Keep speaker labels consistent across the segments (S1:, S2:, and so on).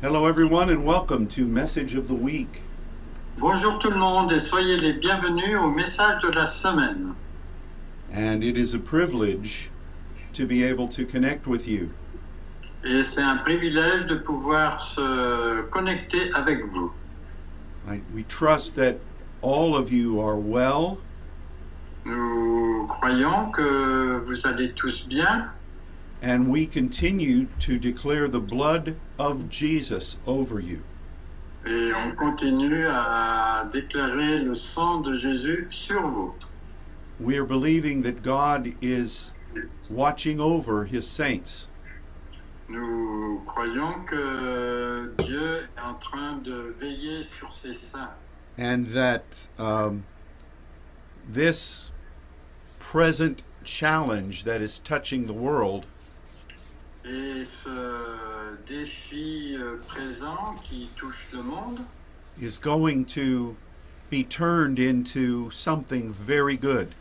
S1: Hello, everyone, and welcome to Message of the Week.
S2: Bonjour tout le monde et soyez les bienvenus au message de la semaine.
S1: And it is a privilege to be able to connect with you.
S2: Et c'est un privilège de pouvoir se connecter avec vous.
S1: I, we trust that all of you are well
S2: Nous croyons que vous allez tous bien
S1: and we continue to declare the blood of Jesus over you.
S2: et on continue à déclarer le sang de Jésus sur vous.
S1: We are believing that God is watching over his saints.
S2: Nous croyons que Dieu est en train de veiller sur ses saints
S1: and that um, this present challenge that is touching the world
S2: et ce défi euh, présent qui touche le monde
S1: is going to be turned into something very good.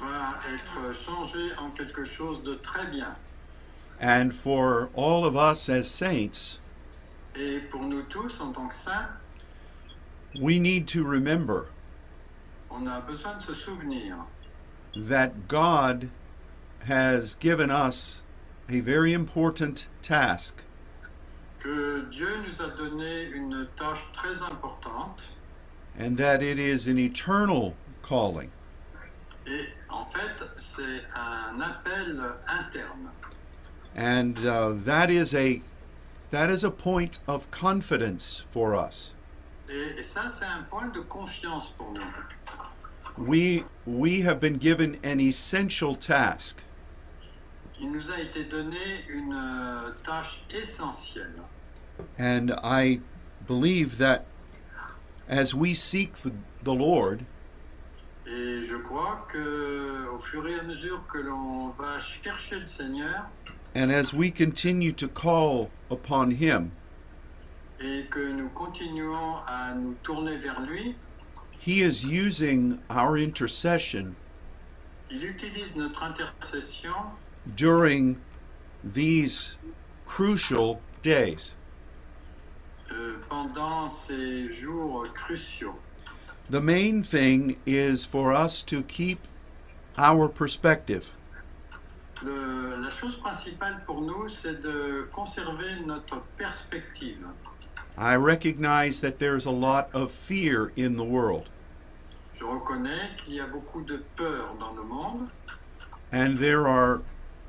S2: va être changé en quelque chose de très bien.
S1: And for all of us as saints,
S2: Et pour nous tous, en tant que saints,
S1: we need to remember
S2: on a besoin de se souvenir
S1: that God has given us a very important task,
S2: que Dieu nous a donné une tâche très importante
S1: and that it is an eternal calling.
S2: et en fait, c'est un appel interne.
S1: and uh, that is a that is a point of confidence for us
S2: Et, et ça, c'est un point de confiance pour nous.
S1: we we have been given an essential task
S2: Il nous a été donné une euh, tâche essentielle.
S1: and i believe that as we seek the, the lord
S2: Et je crois que au fur et à mesure que l'on va chercher le Seigneur,
S1: and as we continue to call upon him
S2: et que nous continuons à nous tourner vers lui,
S1: he is using our intercession
S2: il utilise notre intercession
S1: during these crucial days
S2: euh, pendant ces jours cruciaux.
S1: the main thing is for us to keep our perspective
S2: Le- la chose principale pour nous, c'est de conserver notre perspective.
S1: I recognize that there's a lot of fear in the world,
S2: Je reconnais qu'il y a beaucoup de peur dans le monde
S1: and there are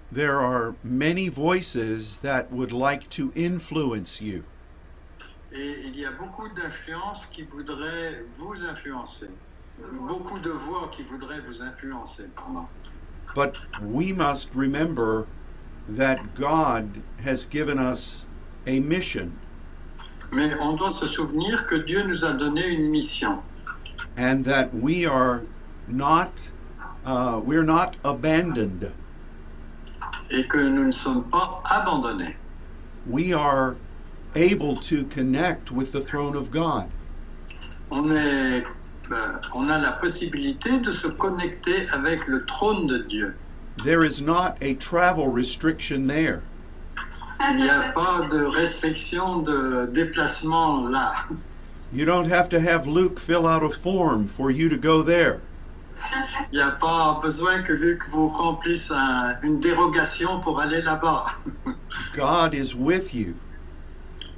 S1: there are many voices that would like to influence you.
S2: et il y a beaucoup d'influences qui voudraient vous influencer. Beaucoup de voix qui voudraient vous influencer. pardon.
S1: But we must remember that God has given us a mission,
S2: Mais on doit se souvenir que Dieu nous a donné une mission.
S1: and that we are not uh, we're not abandoned.
S2: et que nous ne sommes pas abandonnés.
S1: We are able to connect with the throne of God,
S2: On, est, euh, on a la possibilité de se connecter avec le trône de Dieu.
S1: there is not a travel restriction there.
S2: Il n'y a pas de restriction de déplacement là.
S1: You don't have to have Luke fill out a form for you to go there.
S2: Il n'y a pas besoin que Luc vous remplisse un- une dérogation pour aller là-bas.
S1: God is with you.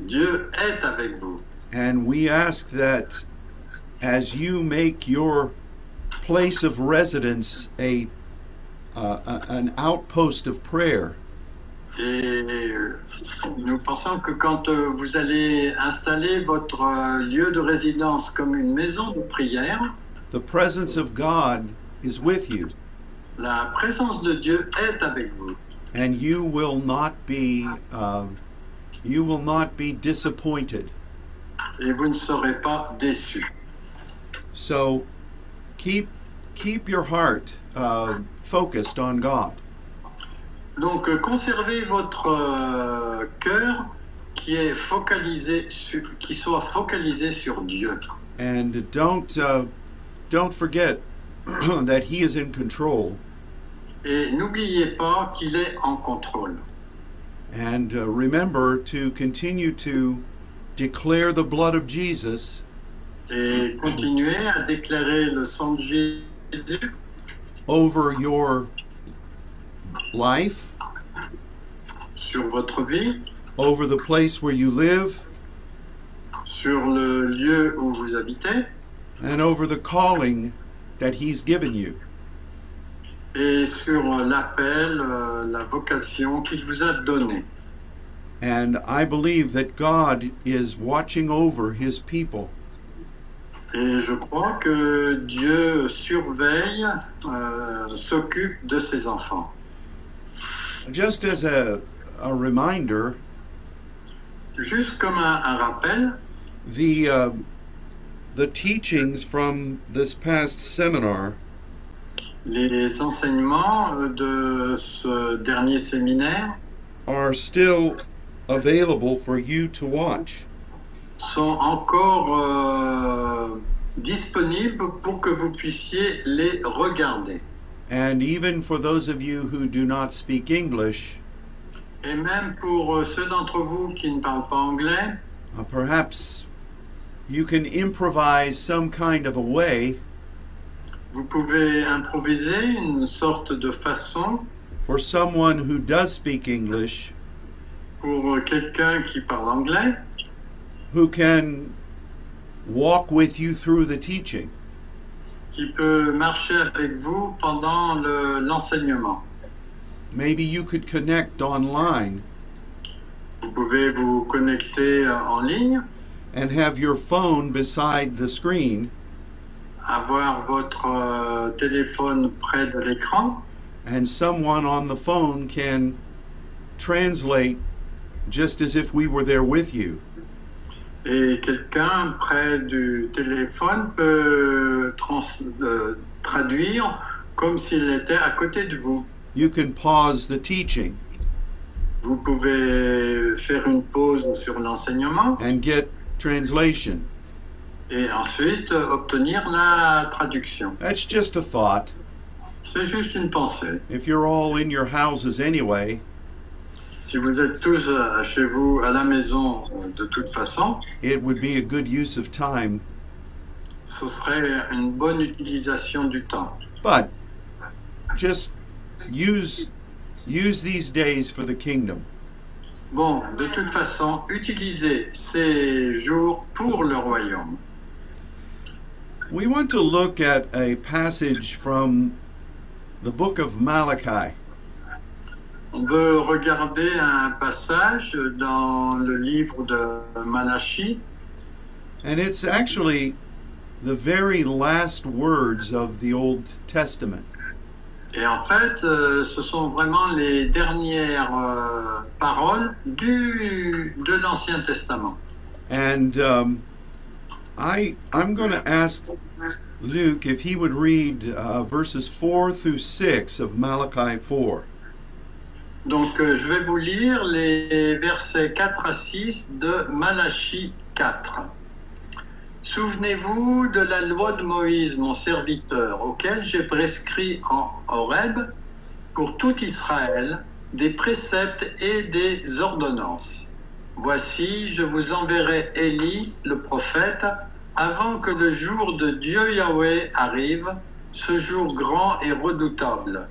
S2: Dieu est avec vous.
S1: And we ask that as you make your place of residence a, uh, a- an outpost of prayer,
S2: Et euh, nous pensons que quand euh, vous allez installer votre euh, lieu de résidence comme une maison de prière,
S1: the presence of God is with you,
S2: la présence de Dieu est avec vous.
S1: and you will not be um, you will not be disappointed.
S2: et vous ne serez pas déçus.
S1: So keep keep your heart uh, focused on God.
S2: Donc euh, conservez votre euh, cœur qui est focalisé sur, qui soit focalisé sur Dieu.
S1: And don't uh, don't forget that he is in control
S2: Et n'oubliez pas qu'il est en contrôle
S1: And uh, remember to continue to declare the blood of Jesus
S2: et continuez à déclarer le sang de Jésus
S1: over your life,
S2: sur votre vie,
S1: over the place where you live,
S2: sur le lieu où vous habitez
S1: and over the calling that He's given you.
S2: et sur l'appel, euh, la vocation qu'il vous a donnée.
S1: And I believe that God is watching over His people.
S2: Et je crois que Dieu surveille, euh, s'occupe de ses enfants.
S1: Just as a, a reminder,
S2: Juste comme un, un rappel,
S1: the uh, the teachings from this past seminar
S2: les enseignements euh, de ce dernier séminaire
S1: are still available for you to watch.
S2: sont encore euh, disponibles pour que vous puissiez les regarder.
S1: And even for those of you who do not speak English,
S2: Et même pour euh, ceux d'entre vous qui ne parlent pas anglais,
S1: uh, perhaps you can improvise some kind of a way
S2: vous pouvez improviser une sorte de façon
S1: for someone who does speak English
S2: pour euh, quelqu'un qui parle anglais
S1: who can walk with you through the teaching.
S2: qui peut marcher avec vous pendant le- l'enseignement.
S1: Maybe you could connect online
S2: vous pouvez vous connecter euh, en ligne,
S1: and have your phone beside the screen
S2: avoir votre euh, téléphone près de l'écran
S1: and someone on the phone can translate just as if we were there with you.
S2: et quelqu'un près du téléphone peut trans- euh, traduire comme s'il était à côté de vous.
S1: You can pause the teaching
S2: Vous pouvez faire une pause sur l'enseignement
S1: and get translation.
S2: et ensuite euh, obtenir la traduction.
S1: That's just a thought.
S2: C'est juste une pensée.
S1: If you're all in your houses anyway,
S2: Si vous êtes tous euh, chez vous à la maison, euh, de toute façon,
S1: it would be a good use of time.
S2: ce serait une bonne utilisation du temps.
S1: But just use use these days for the kingdom.
S2: Bon, de toute façon, utilisez ces jours pour le royaume.
S1: We want to look at a passage from the book of Malachi.
S2: On veut regarder un passage dans le livre de Malachie,
S1: And it's actually the very last words of the Old Testament.
S2: et en fait, euh, ce sont vraiment les dernières euh, paroles du, de l'Ancien Testament.
S1: And um, I, I'm going to ask Luke if he would read uh, verses 4 through 6 of Malachi 4.
S2: Donc, euh, je vais vous lire les versets 4 à 6 de Malachie 4. Souvenez-vous de la loi de Moïse, mon serviteur, auquel j'ai prescrit en Horeb pour tout Israël des préceptes et des ordonnances. Voici, je vous enverrai Élie, le prophète, avant que le jour de Dieu Yahweh arrive, ce jour grand et redoutable.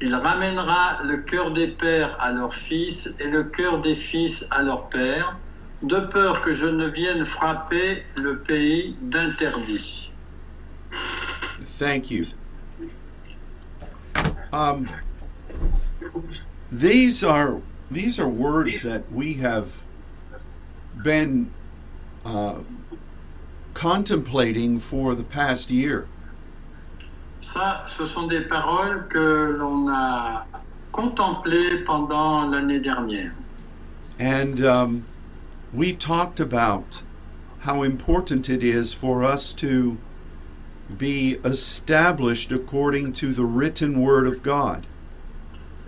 S2: Il ramènera le cœur des pères à leurs fils et le cœur des fils à leurs pères, de peur que je ne vienne frapper le pays d'interdit.
S1: Thank you. Um, these are these are words that we have been uh, contemplating for the past year,
S2: Ça, ce sont des paroles que l'on a contemplées pendant l'année dernière.
S1: and um, we talked about how important it is for us to be established according to the written word of God.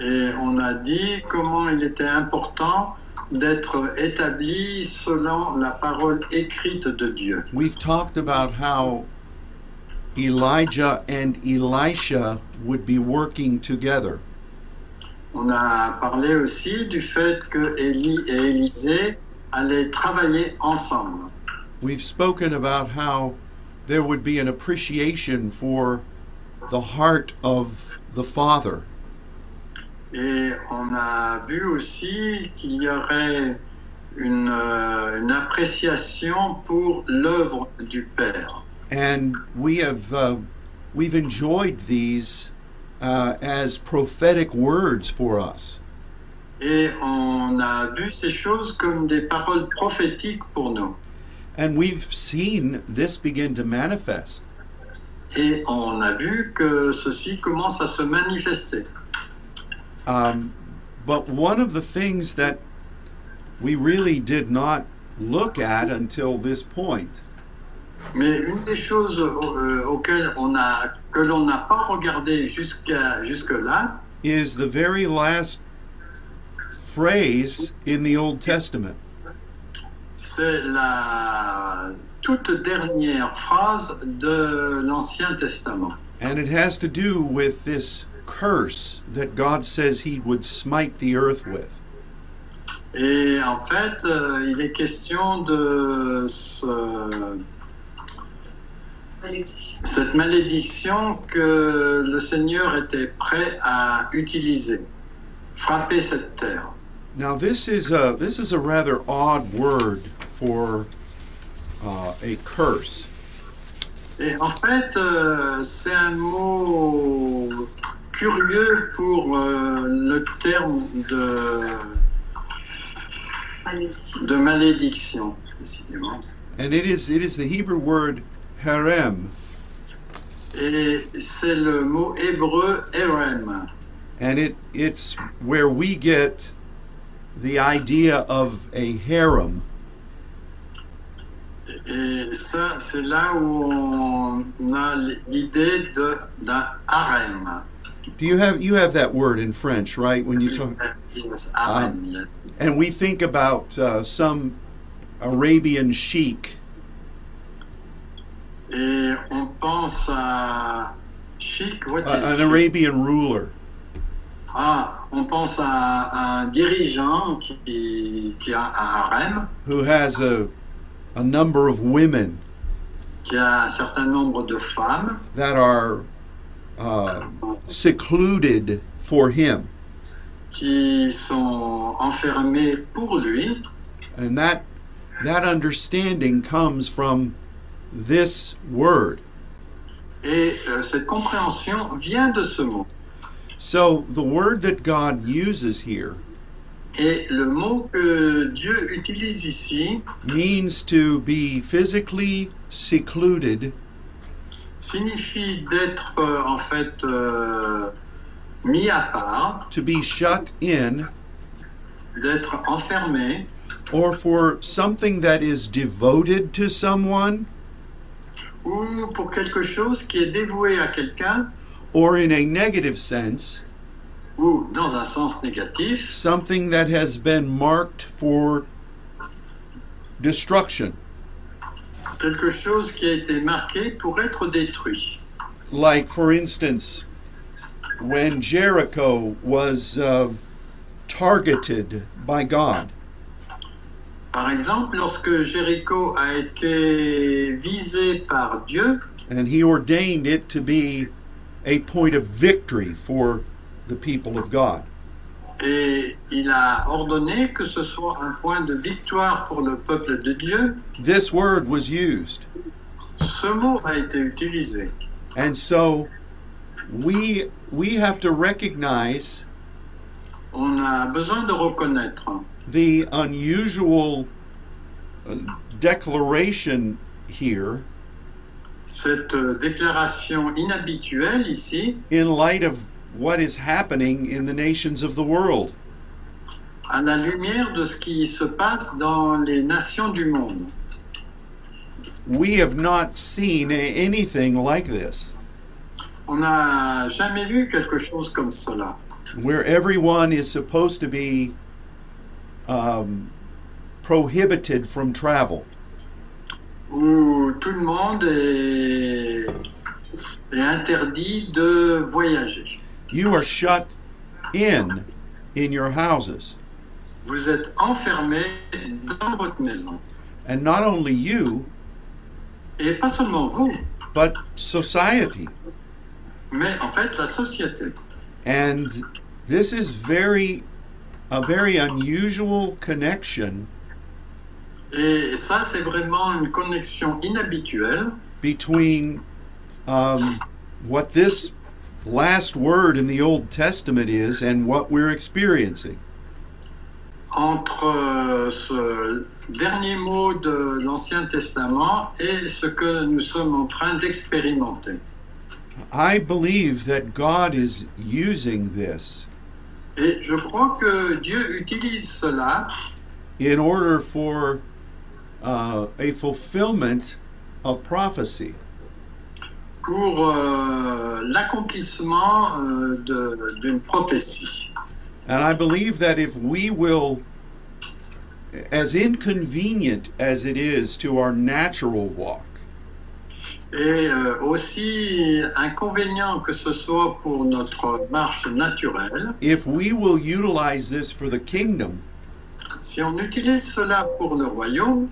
S2: Et on a dit comment il était important d'être établi selon la parole écrite de Dieu.
S1: We've talked about how Elijah and Elisha would be working together.
S2: On a parlé aussi du fait que Élie et Élisée allaient travailler ensemble.
S1: We've spoken about how there would be an appreciation for the heart of the Father.
S2: Et on a vu aussi qu'il y aurait une, euh, une appréciation pour l'œuvre du Père.
S1: And we have uh, we've enjoyed these uh, as prophetic words for us.
S2: Et on a vu ces choses comme des paroles prophétiques pour nous.
S1: And we've seen this begin to manifest.
S2: Et on a vu que ceci commence à se manifester.
S1: Um, but one of the things that we really did not look at until this point
S2: Mais une des choses euh, auxquelles on a, que l'on n'a pas regardé jusqu'à jusque-là,
S1: is the very last phrase in the Old Testament.
S2: c'est la toute dernière phrase de l'Ancien Testament.
S1: And it has to do with this curse that God says he would smite the earth with.
S2: Et en fait, euh, il est question de ce- cette malédiction que le Seigneur était prêt à utiliser, frapper cette terre.
S1: Now this is a this is a rather odd word for uh, a curse.
S2: Et en fait, euh, c'est un mot curieux pour euh, le terme de, de malédiction, décidément.
S1: And it is it is the Hebrew word harem
S2: Et c'est le mot hébreu erem.
S1: and it it's where we get the idea of a harem.
S2: Et ça, c'est là où on a l'idée de- d'un harem.
S1: Do you have you have that word in French, right? When you talk
S2: Yes, harem, yes.
S1: and we think about uh, some Arabian sheik
S2: Et on pense à chic, what is
S1: Uh, an
S2: chic?
S1: Arabian ruler.
S2: Ah, on pense à, à un dirigeant qui, qui a un harem,
S1: who has a, a number of women
S2: qui a un certain nombre de femmes
S1: that are uh, secluded for him.
S2: qui sont enfermées pour lui.
S1: And that, that understanding comes from this word.
S2: Et euh, cette compréhension vient de ce mot.
S1: So the word that God uses here
S2: Et le mot que Dieu utilise ici
S1: means to be physically secluded
S2: signifie d'être euh, en fait euh, mis à part,
S1: to be shut in
S2: d'être enfermé
S1: or for something that is devoted to someone
S2: ou pour quelque chose qui est dévoué à quelqu'un
S1: or in a negative sense
S2: ou dans un sens négatif,
S1: something that has been marked for destruction,
S2: quelque chose qui a été marqué pour être détruit.
S1: like, for instance, when Jericho was uh, targeted by God.
S2: Par exemple, lorsque Jéricho a été visé par Dieu
S1: And he ordained it to be a point of victory for the people of God.
S2: et il a ordonné que ce soit un point de victoire pour le peuple de Dieu,
S1: This word was used.
S2: ce mot a été utilisé.
S1: And so we, we have to recognize
S2: On a besoin de reconnaître
S1: the unusual uh, declaration here
S2: cette euh, déclaration inhabituelle ici
S1: in light of what is happening in the nations of the world.
S2: à la lumière de ce qui se passe dans les nations du monde.
S1: We have not seen a- anything like this,
S2: On n'a jamais vu quelque chose comme cela.
S1: where everyone is supposed to be um, prohibited from travel.
S2: où tout le monde est, est interdit de voyager.
S1: You are shut in in your houses.
S2: Vous êtes enfermés dans votre maison.
S1: And not only you,
S2: Et pas seulement vous,
S1: but society.
S2: mais en fait la société.
S1: And this is very a very unusual connection
S2: Et ça, c'est vraiment une connexion inhabituelle
S1: between um, what this last word in the Old Testament is and what we're experiencing.
S2: entre euh, ce dernier mot de l'Ancien Testament et ce que nous sommes en train d'expérimenter.
S1: I believe that God is using this
S2: Et je crois que Dieu utilise cela
S1: in order for uh, a fulfillment of prophecy.
S2: pour euh, l'accomplissement euh, de- d'une prophétie.
S1: And I believe that if we will, as inconvenient as it is to our natural walk,
S2: Et euh, aussi inconvénient que ce soit pour notre marche naturelle,
S1: if we will utilize this for the kingdom,
S2: si on utilise cela pour le royaume,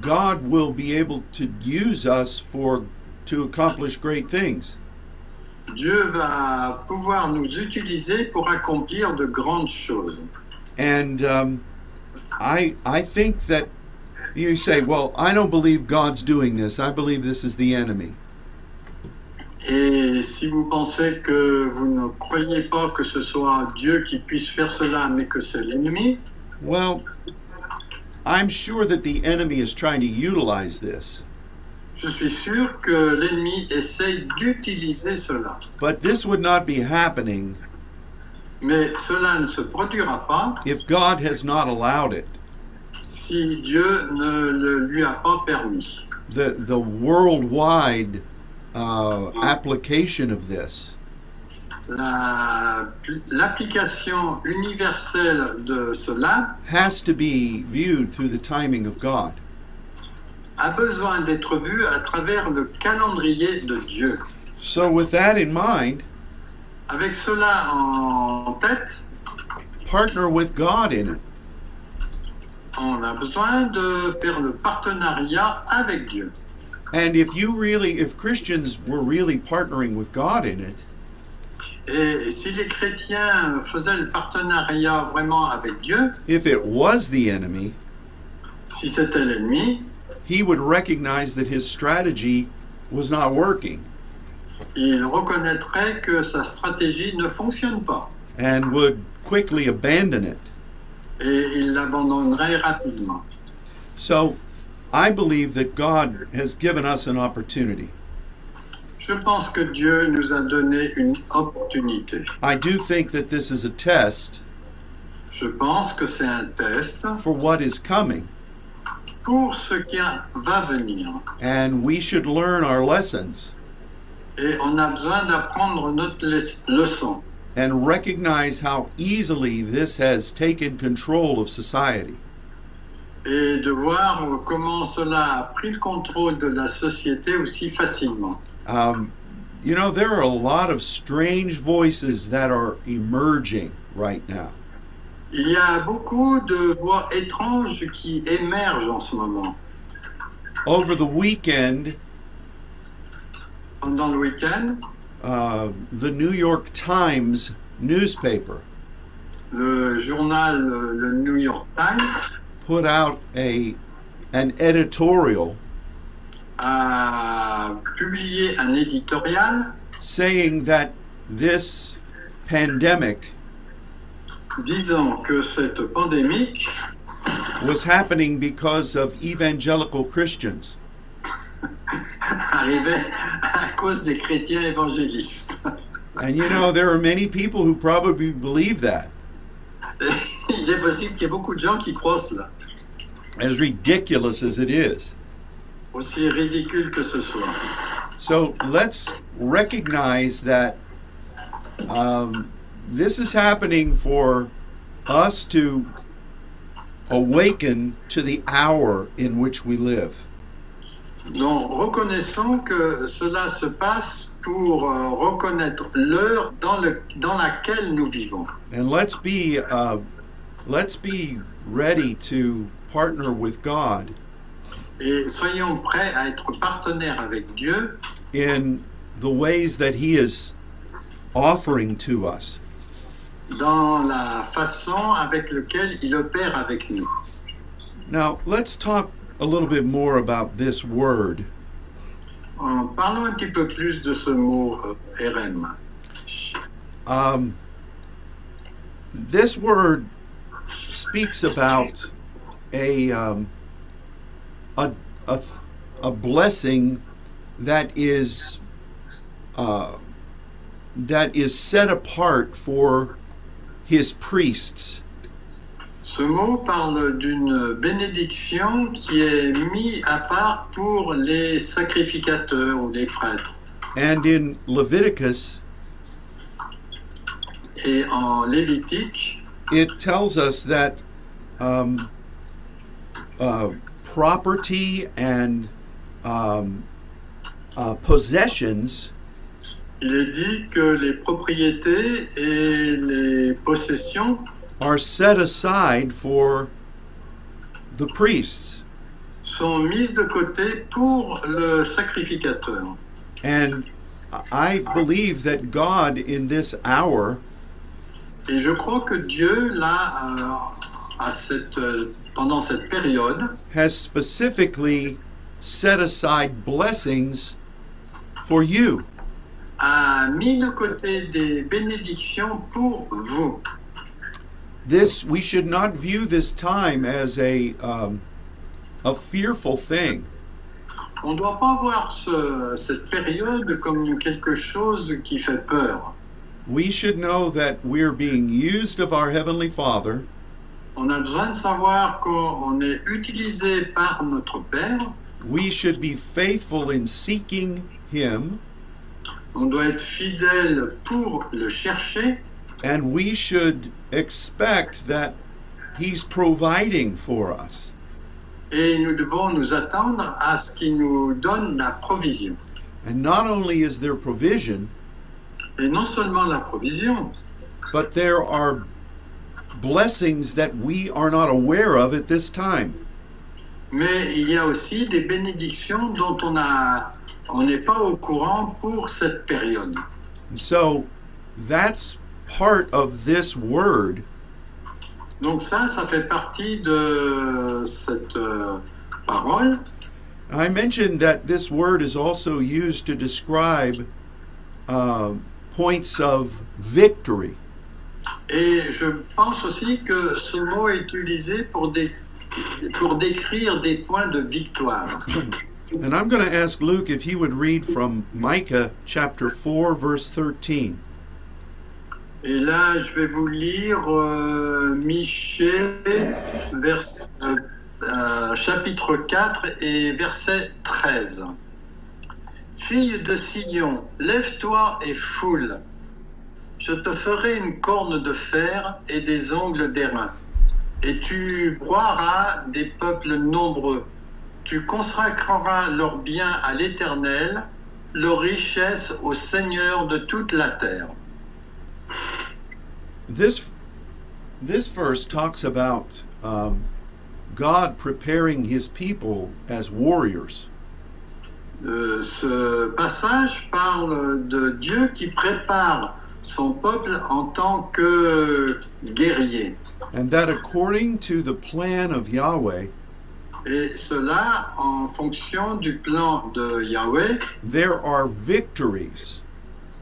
S1: God will be able to use us for to accomplish great things.
S2: Dieu va pouvoir nous utiliser pour accomplir de grandes choses.
S1: And um, I I think that you say, well, I don't believe God's doing this. I believe this is the enemy.
S2: Et si vous pensez que vous ne croyez pas que ce soit Dieu qui puisse faire cela, mais que c'est l'ennemi,
S1: Well, I'm sure that the enemy is trying to utilize this,
S2: je suis sûr que l'ennemi essaye d'utiliser cela.
S1: but this would not be happening
S2: Mais cela ne se produira pas
S1: if God has not allowed it.
S2: si Dieu ne le lui a pas permis.
S1: The the worldwide uh, application of this
S2: La- L'application universelle de cela
S1: has to be viewed through the timing of God.
S2: a besoin d'être vue à travers le calendrier de Dieu.
S1: So, with that in mind,
S2: Avec cela en tête,
S1: partner with God in it.
S2: on a besoin de faire le partenariat avec Dieu.
S1: And if you really, if Christians were really partnering with God in it,
S2: Et si les chrétiens faisaient le partenariat vraiment avec Dieu,
S1: if it was the enemy,
S2: si c'était l'ennemi,
S1: he would recognize that his strategy was not working
S2: il reconnaîtrait que sa stratégie ne fonctionne pas
S1: and would quickly abandon it.
S2: et il l'abandonnerait rapidement.
S1: So, I believe that God has given us an opportunity.
S2: Je pense que Dieu nous a donné une opportunité.
S1: I do think that this is a test
S2: Je pense que c'est un test
S1: for what is coming,
S2: pour ce qui va venir.
S1: and we should learn our lessons
S2: Et on a besoin d'apprendre notre les- leçon.
S1: and recognize how easily this has taken control of society.
S2: et de voir comment cela a pris le contrôle de la société aussi facilement.
S1: Um, you know, there are a lot of strange voices that are emerging right now.
S2: Il y a beaucoup de voix étranges qui émergent en ce moment.
S1: Over the weekend,
S2: Pendant le week-end,
S1: uh, the New York Times newspaper
S2: le journal euh, le New York Times
S1: put out a an editorial
S2: a publié un éditorial
S1: saying that this pandemic
S2: disant que cette pandémie
S1: was happening because of evangelical Christians.
S2: arrivait à cause des chrétiens évangélistes.
S1: And you know, there are many people who probably believe that.
S2: Et il est possible qu'il y ait beaucoup de gens qui croient cela,
S1: As ridiculous as it is.
S2: aussi ridicule que ce soit.
S1: So let's recognize that um, this is happening for us to awaken to the hour in which we live.
S2: Donc reconnaissons que cela se passe pour euh, reconnaître l'heure dans, le- dans laquelle nous vivons.
S1: And let's be uh, let's be ready to partner with God
S2: Et soyons prêts à être partenaires avec Dieu
S1: in the ways that He is offering to us.
S2: dans la façon avec laquelle il opère avec nous.
S1: Now, let's talk a little bit more about this word.
S2: En parlons un petit peu plus de ce mot euh, RM.
S1: Um, this word speaks about a, um, a, a, a blessing that is uh, that is set apart for his priests.
S2: Ce mot parle d'une bénédiction qui est mise à part pour les sacrificateurs ou les prêtres.
S1: And in Leviticus,
S2: Et en Lévitique,
S1: it tells us that um, uh, property and um, uh, possessions
S2: il est dit que les propriétés et les possessions
S1: are set aside for the priests.
S2: sont mises de côté pour le sacrificateur.
S1: And I believe that God in this hour
S2: Et je crois que Dieu, là, à- à cette, euh, pendant cette période,
S1: has specifically set aside blessings for you.
S2: a mis de côté des bénédictions pour vous.
S1: This we should not view this time as a um, a fearful thing.
S2: On ne doit pas voir ce- cette période comme quelque chose qui fait peur.
S1: We should know that we're being used of our heavenly Father
S2: On a besoin de savoir qu'on est utilisé par notre Père.
S1: We should be faithful in seeking Him,
S2: On doit être fidèle pour le chercher
S1: and we should expect that He's providing for us.
S2: et nous devons nous attendre à ce qu'il nous donne la provision.
S1: And not only is there provision,
S2: Et non seulement la provision,
S1: but there are blessings that we are not aware of at this time.
S2: mais il y a aussi des bénédictions dont on a- on n'est pas au courant pour cette période.
S1: And so that's part of this word
S2: Donc ça, ça fait partie de cette euh, parole.
S1: I mentioned that this word is also used to describe uh, points of victory.
S2: Et je pense aussi que ce mot est utilisé pour, dé- pour décrire des points de victoire.
S1: And I'm going to ask Luke if he would read from Micah chapter 4, verse 13.
S2: Et là, je vais vous lire euh, Michée, vers, euh, euh, chapitre 4 et verset 13. Fille de Sion, lève-toi et foule. Je te ferai une corne de fer et des ongles d'airain. Et tu broieras des peuples nombreux. Tu consacreras leurs biens à l'Éternel, leurs richesses au Seigneur de toute la terre.
S1: This, this verse talks about um, God preparing his people as warriors.
S2: Euh, ce passage parle de Dieu qui prépare son peuple en tant que guerrier.
S1: And that according to the plan of Yahweh,
S2: Et cela en fonction du plan de Yahweh.
S1: there are victories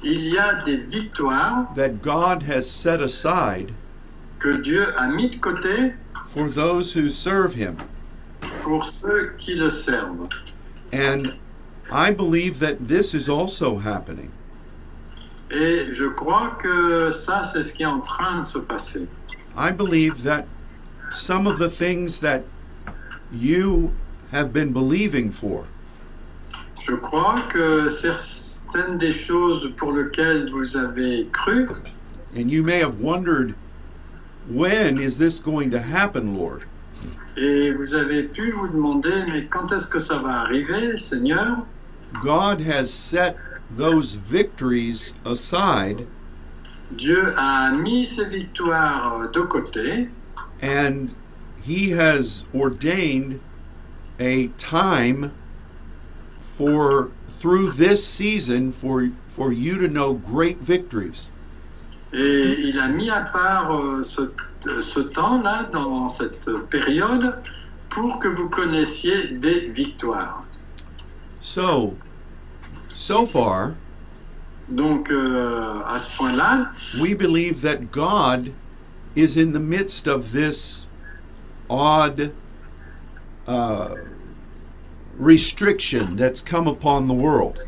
S2: Il y a des victoires
S1: that God has set aside
S2: que Dieu a mis de côté
S1: for those who serve him.
S2: pour ceux qui le servent.
S1: And I believe that this is also happening.
S2: Et je crois que ça, c'est ce qui est en train de se passer.
S1: I believe that some of the things that you have been believing for,
S2: Je crois que certaines des choses pour lesquelles vous avez cru,
S1: and you may have wondered, when is this going to happen, Lord?
S2: Et vous avez pu vous demander, mais quand est-ce que ça va arriver, Seigneur
S1: God has set those victories aside
S2: Dieu a mis ses victoires euh, de côté
S1: and he has ordained a time for through this season for for you to know great victories.
S2: et il a mis à part euh, ce, ce temps-là, dans cette période, pour que vous connaissiez des victoires.
S1: So so far
S2: Donc euh, à ce point-là,
S1: we believe that God is in the midst of this odd uh, restriction that's come upon the world.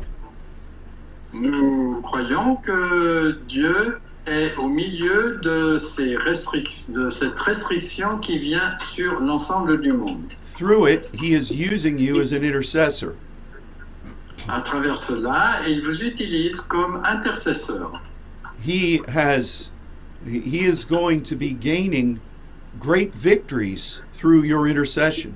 S2: nous croyons que Dieu est au milieu de, ces restric- de cette restriction qui vient sur l'ensemble du monde.
S1: Through it, He is using you as an intercessor.
S2: À travers cela, il vous utilise comme intercesseur.
S1: He has, He is going to be gaining great victories through your intercession.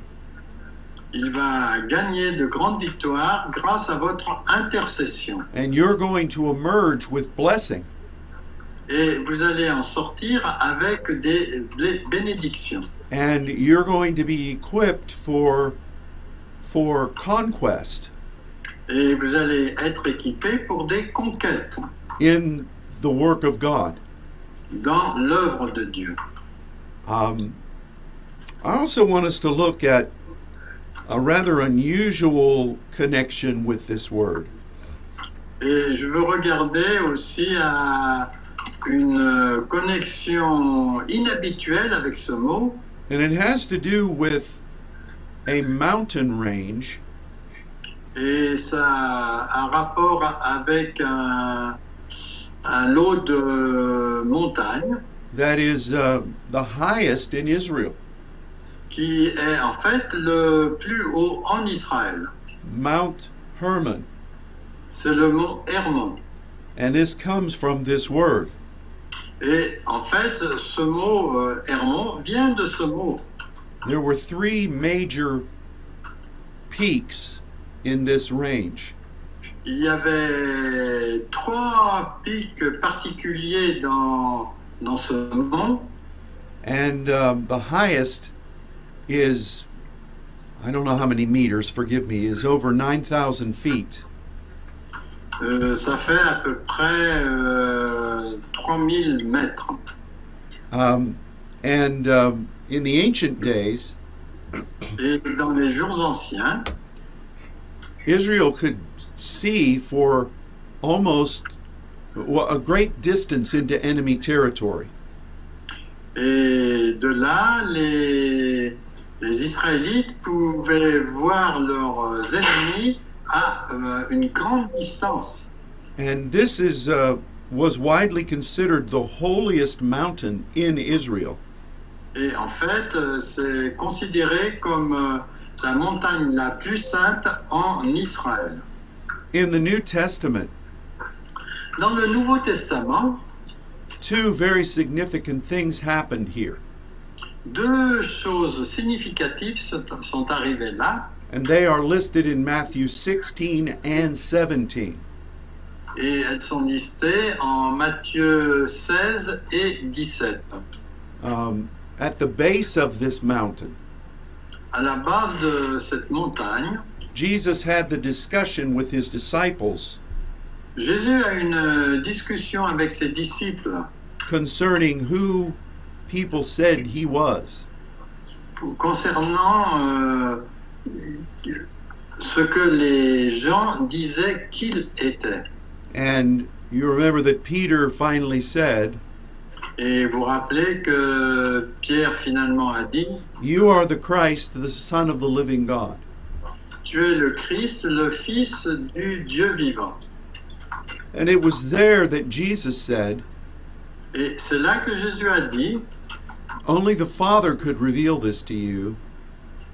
S2: Il va gagner de grandes victoires grâce à votre intercession.
S1: And you're going to emerge with blessing.
S2: Et vous allez en sortir avec des, des bénédictions.
S1: And you're going to be equipped for, for conquest
S2: Et vous allez être équipé pour des conquêtes
S1: in the work of God.
S2: dans l'œuvre de Dieu.
S1: Um, I also want us to look at a rather unusual connection with this word.
S2: Et je veux regarder aussi à une euh, connexion inhabituelle avec ce mot.
S1: And it has to do with a mountain range
S2: Et ça a un rapport avec un, un lot de montagnes
S1: that is uh, the highest in Israel
S2: qui est en fait le plus haut en Israël.
S1: Mount Hermon.
S2: C'est le mot Hermon.
S1: And this comes from this word.
S2: Et en fait, ce mot euh, Hermon vient de ce mot.
S1: There were three major peaks in this range.
S2: Il y avait trois pics particuliers dans, dans ce mont.
S1: And um, the highest is, I don't know how many meters, forgive me, is over 9,000 feet.
S2: Euh, ça fait à peu près euh, 3000 mètres.
S1: Um, and um, in the ancient days,
S2: Et dans les jours anciens,
S1: Israel could see for almost well, a great distance into enemy territory.
S2: et de là, les, les Israélites pouvaient voir leurs ennemis à euh, une grande distance.
S1: And this is, uh, was widely considered the holiest mountain in Israel.
S2: Et en fait, euh, c'est considéré comme euh, la montagne la plus sainte en Israël.
S1: In the New Testament,
S2: Dans le Nouveau Testament,
S1: two very significant things happened here.
S2: deux choses significatives se- sont arrivées là.
S1: And they are listed in Matthew 16 and 17.
S2: Et elles sont listées en Matthieu 16 et 17.
S1: Um, at the base of this mountain,
S2: À la base de cette montagne,
S1: Jesus had the discussion with his disciples
S2: Jésus a une euh, discussion avec ses disciples
S1: concerning who people said he was.
S2: pour- concernant euh, ce que les gens disaient qu'il était.
S1: And you remember that Peter finally said,
S2: Et vous rappelez que Pierre finalement a dit,
S1: You are the Christ, the Son of the living God.
S2: tu es le Christ, le Fils du Dieu vivant.
S1: And it was there that Jesus said,
S2: Et c'est là que Jésus a dit,
S1: Only the Father could reveal this to you,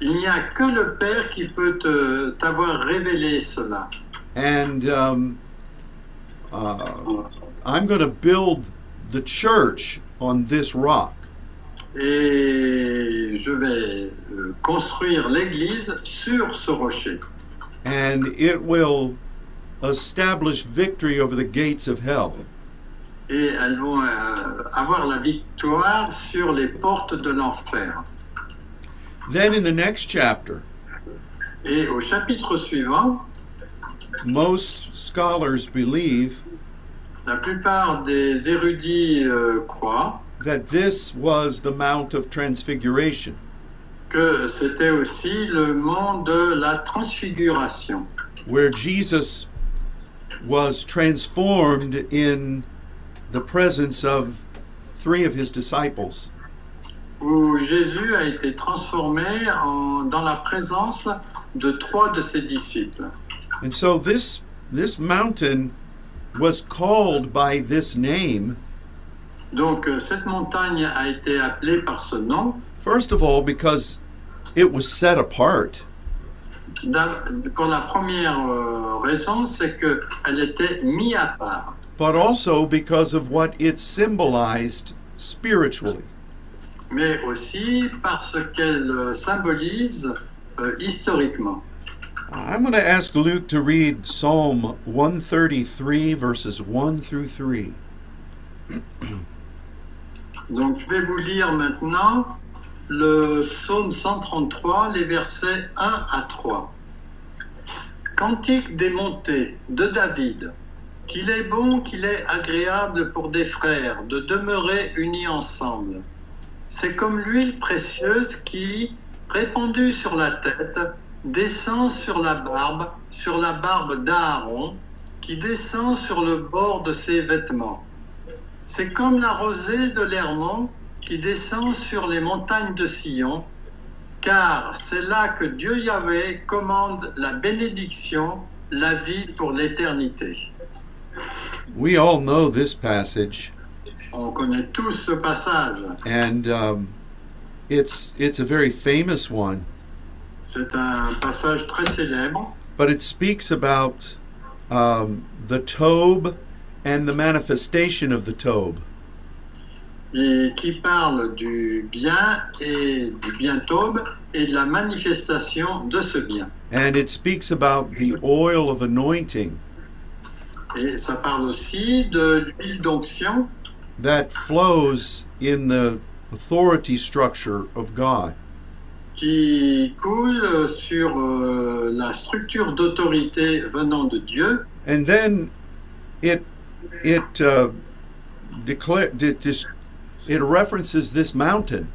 S2: Il n'y a que le Père qui peut te- t'avoir révélé cela.
S1: and um, uh, I'm going to build the church on this rock.
S2: Et je vais euh, construire l'Église sur ce rocher.
S1: and it will establish victory over the gates of hell.
S2: et elles vont euh, avoir la victoire sur les portes de l'enfer.
S1: Then in the next chapter,
S2: Et au chapitre suivant,
S1: most scholars believe
S2: la plupart des érudits euh, croient
S1: that this was the Mount of Transfiguration.
S2: que c'était aussi le mont de la transfiguration,
S1: where Jesus was transformed in the presence of three of his disciples.
S2: où Jésus a été transformé en- dans la présence de trois de ses disciples.
S1: And so this this mountain was called by this name
S2: Donc euh, cette montagne a été appelée par ce nom,
S1: first of all because it was set apart
S2: d'a- pour la première euh, raison, c'est qu'elle était mise à part.
S1: but also because of what it symbolized spiritually.
S2: mais aussi parce qu'elle euh, symbolise euh, historiquement.
S1: I'm going to ask Luke to read Psalm 133 verses 1 through 3.
S2: Donc je vais vous lire maintenant le psaume 133, les versets 1 à 3. Cantique des montées de David. Qu'il est bon, qu'il est agréable pour des frères de demeurer unis ensemble. C'est comme l'huile précieuse qui, répandue sur la tête, descend sur la barbe, sur la barbe d'Aaron, qui descend sur le bord de ses vêtements. C'est comme la rosée de l'Hermon qui descend sur les montagnes de Sion, car c'est là que Dieu Yahvé commande la bénédiction, la vie pour l'éternité.
S1: We all know this passage.
S2: On connaît tous ce passage.
S1: and um, it's it's a very famous one.
S2: C'est un passage très célèbre,
S1: But it speaks about um, the Tob and the manifestation of the Tob.
S2: et qui parle du bien et du bien taube et de la manifestation de ce bien.
S1: And it speaks about the oil of anointing
S2: Et ça parle aussi de l'huile d'onction
S1: that flows in the authority structure of God.
S2: qui coule euh, sur euh, la structure d'autorité venant de Dieu.
S1: And then it it uh, declare it, dis- it references this mountain.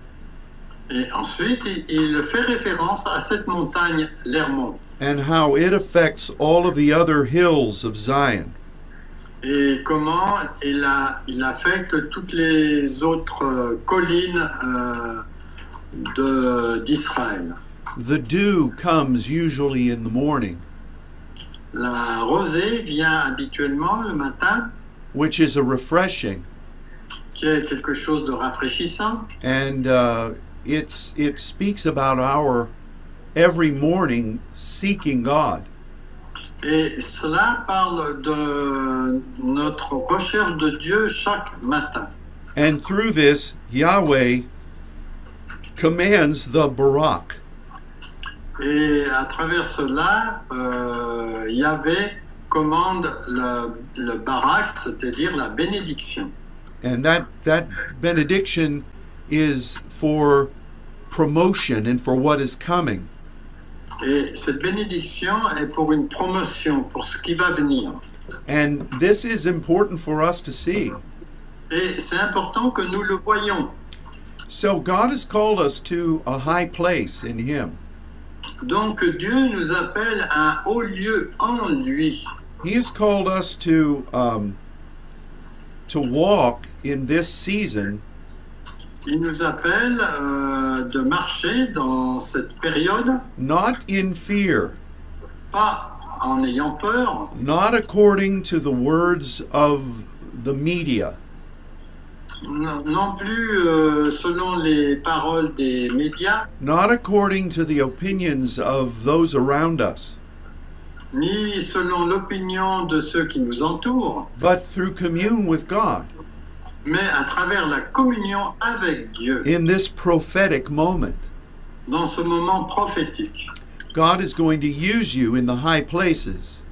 S2: Et ensuite, il- il fait référence à cette montagne, l'Hermon,
S1: And how it affects all of the other hills of Zion.
S2: et comment il, a, il affecte toutes les autres euh, collines euh, de- d'Israël.
S1: The dew comes usually in the morning,
S2: La rosée vient habituellement le matin,
S1: which is a refreshing,
S2: qui est quelque chose de rafraîchissant,
S1: and uh, it's it speaks about our every morning seeking God.
S2: et cela parle de notre recherche de Dieu chaque matin.
S1: And through this, Yahweh commands the Barak,
S2: Et à travers cela, euh, Yahvé commande le, le barak, c'est-à-dire la bénédiction.
S1: and that that benediction is for promotion and for what is coming.
S2: Et cette bénédiction est pour une promotion, pour ce qui va venir.
S1: And this is important for us to see.
S2: Et c'est important que nous le voyons.
S1: So God has called us to a high place in Him.
S2: Donc Dieu nous appelle à un haut lieu en lui.
S1: He has called us to um, to walk in this season
S2: Il nous appelle euh, de marcher dans cette période,
S1: not in fear,
S2: pas en ayant peur,
S1: not according to the words of the media,
S2: non non plus euh, selon les paroles des médias,
S1: not according to the opinions of those around us,
S2: ni selon l'opinion de ceux qui nous entourent,
S1: but through commune with God
S2: mais à travers la communion avec Dieu
S1: in this prophetic moment.
S2: dans ce moment prophétique.
S1: God is going to use you in the high places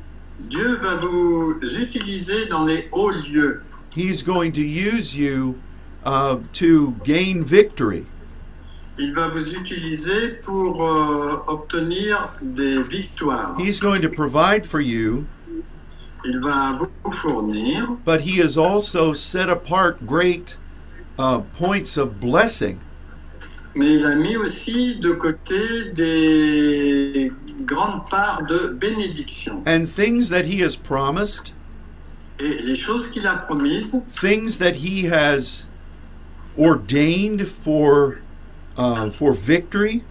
S2: Dieu va vous utiliser dans les hauts lieux.
S1: He's going to use you uh, to gain victory.
S2: Il va vous utiliser pour euh, obtenir des victoires.
S1: He's going to provide for you,
S2: Il va vous fournir,
S1: but He has also set apart great uh, points of blessing.
S2: mais il a mis aussi de côté des grandes parts de bénédiction.
S1: And things that He has promised,
S2: Et les choses qu'il a promises,
S1: things that He has ordained for, uh, for victory,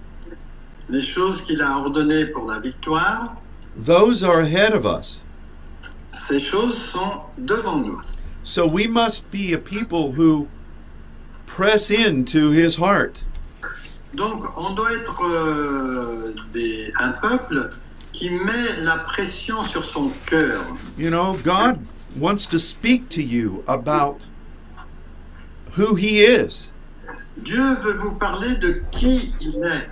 S2: les choses qu'il a ordonnées pour la victoire,
S1: those are ahead of us.
S2: ces choses sont devant nous.
S1: So we must be a people who press into His heart.
S2: Donc, on doit être euh, des- un peuple qui met la pression sur son cœur.
S1: You know, God wants to speak to you about who He is.
S2: Dieu veut vous parler de qui il est.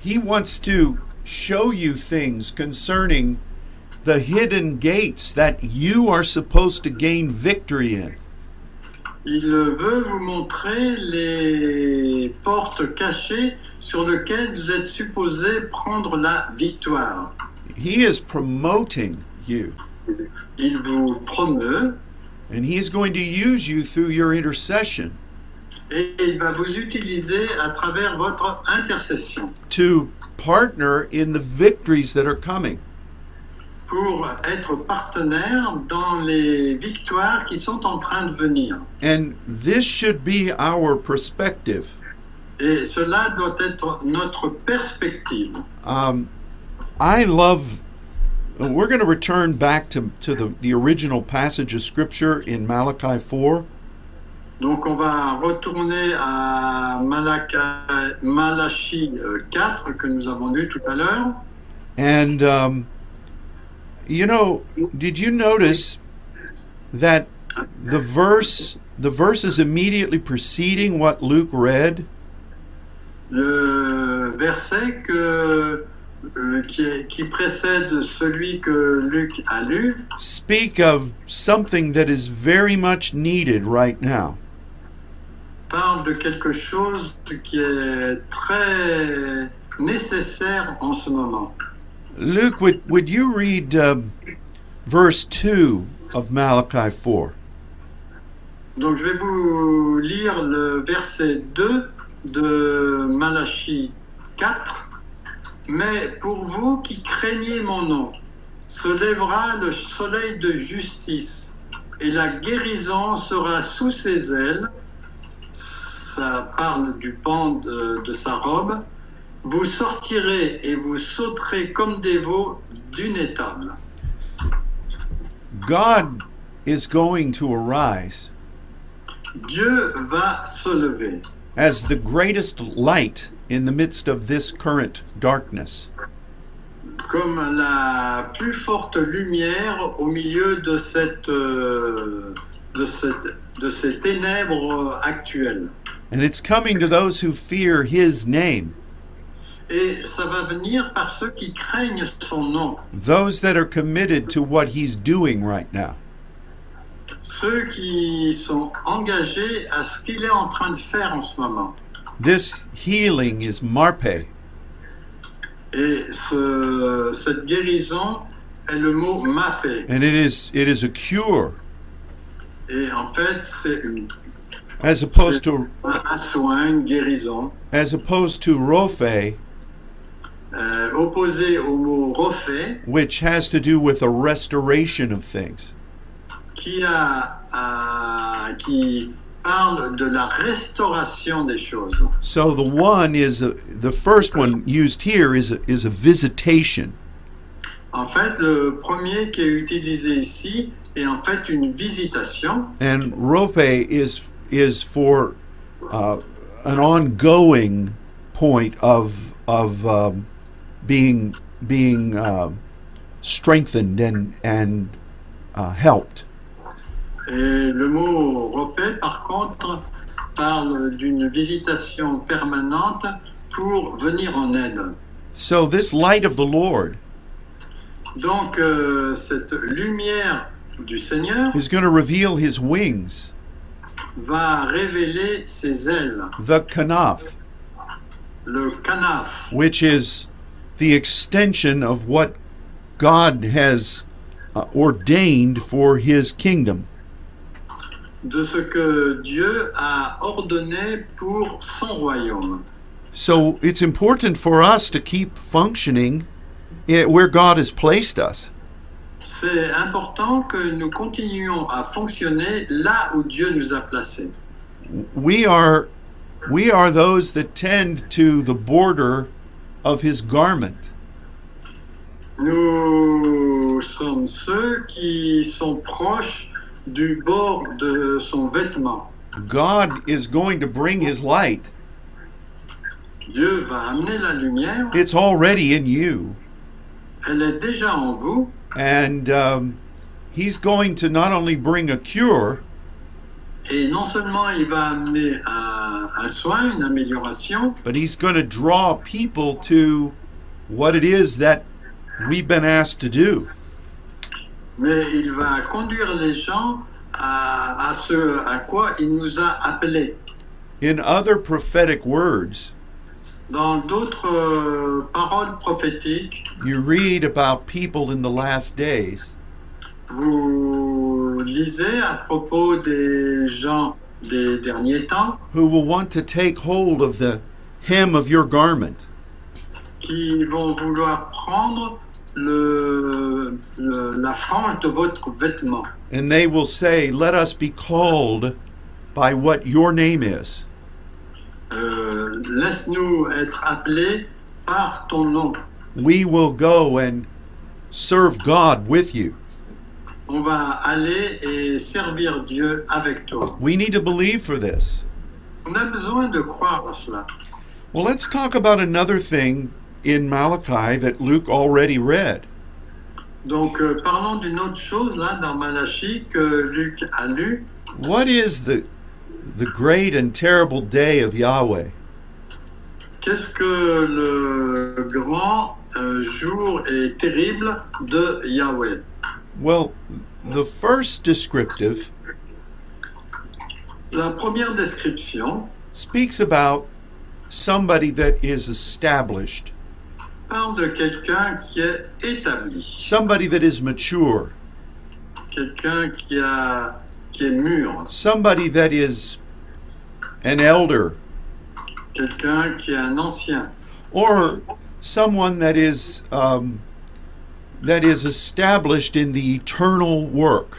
S1: He wants to show you things concerning the hidden gates that you are supposed to gain victory in.
S2: Il veut vous montrer les portes cachées sur lesquelles vous êtes supposé prendre la victoire.
S1: He is promoting you,
S2: Il vous promeut
S1: and He's going to use you through your intercession
S2: et il va vous utiliser à travers votre intercession
S1: to partner in the victories that are coming.
S2: pour être partenaire dans les victoires qui sont en train de venir.
S1: And this should be our perspective.
S2: Et cela doit être notre perspective.
S1: Um, I love. We're going to return back to, to the, the original passage of Scripture in Malachi 4,
S2: Donc on va retourner à Malaka- Malachie euh, 4 que nous avons lu tout à l'heure.
S1: and um, you know, did you notice that the verse, the verses immediately preceding what Luke read,
S2: Le verset que, euh, qui, est- qui précède celui que Luc a lu
S1: speak of something that is very much needed right now?
S2: parle de quelque chose qui est très nécessaire en ce moment.
S1: Luke, would would you read um, verse two of Malachi 4?
S2: Donc je vais vous lire le verset 2 de Malachie 4. Mais pour vous qui craignez mon nom, se lèvera le soleil de justice, et la guérison sera sous ses ailes. Ça parle du pan de, de sa robe. Vous sortirez et vous sauterez comme des veaux d'une étable.
S1: God is going to arise
S2: Dieu va se lever.
S1: as the greatest light in the midst of this current darkness.
S2: comme la plus forte lumière au milieu de, cette, euh, de, cette- de ces ténèbres euh, actuelles.
S1: And it's coming to those who fear his name,
S2: Et ça va venir par ceux qui craignent son nom,
S1: those that are committed to what he's doing right now.
S2: ceux qui sont engagés à ce qu'il est en train de faire en ce moment.
S1: This healing is Marpe.
S2: Et ce- cette guérison est le mot mapé.
S1: And it is it is a cure
S2: Et en fait, c'est une-
S1: as opposed to
S2: un soin, une guérison,
S1: as opposed to Rofe,
S2: euh, opposée au mot refait,
S1: which has to do with a restoration of things.
S2: qui, a, a- qui parle de la restauration des choses.
S1: So the one is a, the first one used here is a, is a visitation.
S2: En fait, le premier qui est utilisé ici est en fait une visitation
S1: and rope is is for uh, an ongoing point of of um, being being uh, strengthened and and uh, helped.
S2: et le mot repais, par contre, parle d'une visitation permanente pour venir en aide.
S1: So this light of the Lord
S2: Donc euh, cette lumière du Seigneur
S1: is going to reveal his wings,
S2: va révéler ses ailes,
S1: the kanaf,
S2: le canaf,
S1: which is the extension of what God has uh, ordained for his kingdom.
S2: de ce que Dieu a ordonné pour son royaume.
S1: So it's important for us to keep functioning eh, where God has placed us.
S2: C'est important que nous continuions à fonctionner là où Dieu nous a placés.
S1: We are we are those that tend to the border of his garment.
S2: Nous sommes ceux qui sont proches du bord de son vêtement.
S1: God is going to bring his light.
S2: Dieu va amener la lumière,
S1: It's already in you.
S2: elle est déjà en vous,
S1: And um, he's going to not only bring a cure,
S2: et non seulement il va amener un, un soin, une amélioration,
S1: but he's going to draw people to what it is that we've been asked to do.
S2: mais il va conduire les gens à, à ce à quoi il nous a appelés.
S1: In other prophetic words,
S2: Dans d'autres euh, paroles prophétiques,
S1: you read about people in the last days
S2: vous lisez à propos des gens des derniers temps
S1: who will want to take hold of the hem of your garment.
S2: qui vont vouloir prendre le, le- la frange de votre vêtement.
S1: And they will say, Let us be called by what your name is.
S2: Euh, Laisse-nous être appelés par ton nom.
S1: We will go and serve God with you.
S2: On va aller et servir Dieu avec toi.
S1: We need to believe for this.
S2: On a besoin de croire à cela.
S1: Well, let's talk about another thing in Malachi that Luke already read.
S2: Donc euh, parlons d'une autre chose là dans Malachie que Luc a lu.
S1: What is the the great and terrible day of Yahweh?
S2: Qu'est-ce que le grand euh, jour et terrible de Yahweh
S1: Well, the first descriptive
S2: La première description
S1: speaks about somebody that is established,
S2: parle de quelqu'un qui est établi,
S1: somebody that is mature,
S2: quelqu'un qui, a, qui est mûr,
S1: somebody that is an elder,
S2: quelqu'un qui est un ancien,
S1: or someone that is um, that is established in the eternal work.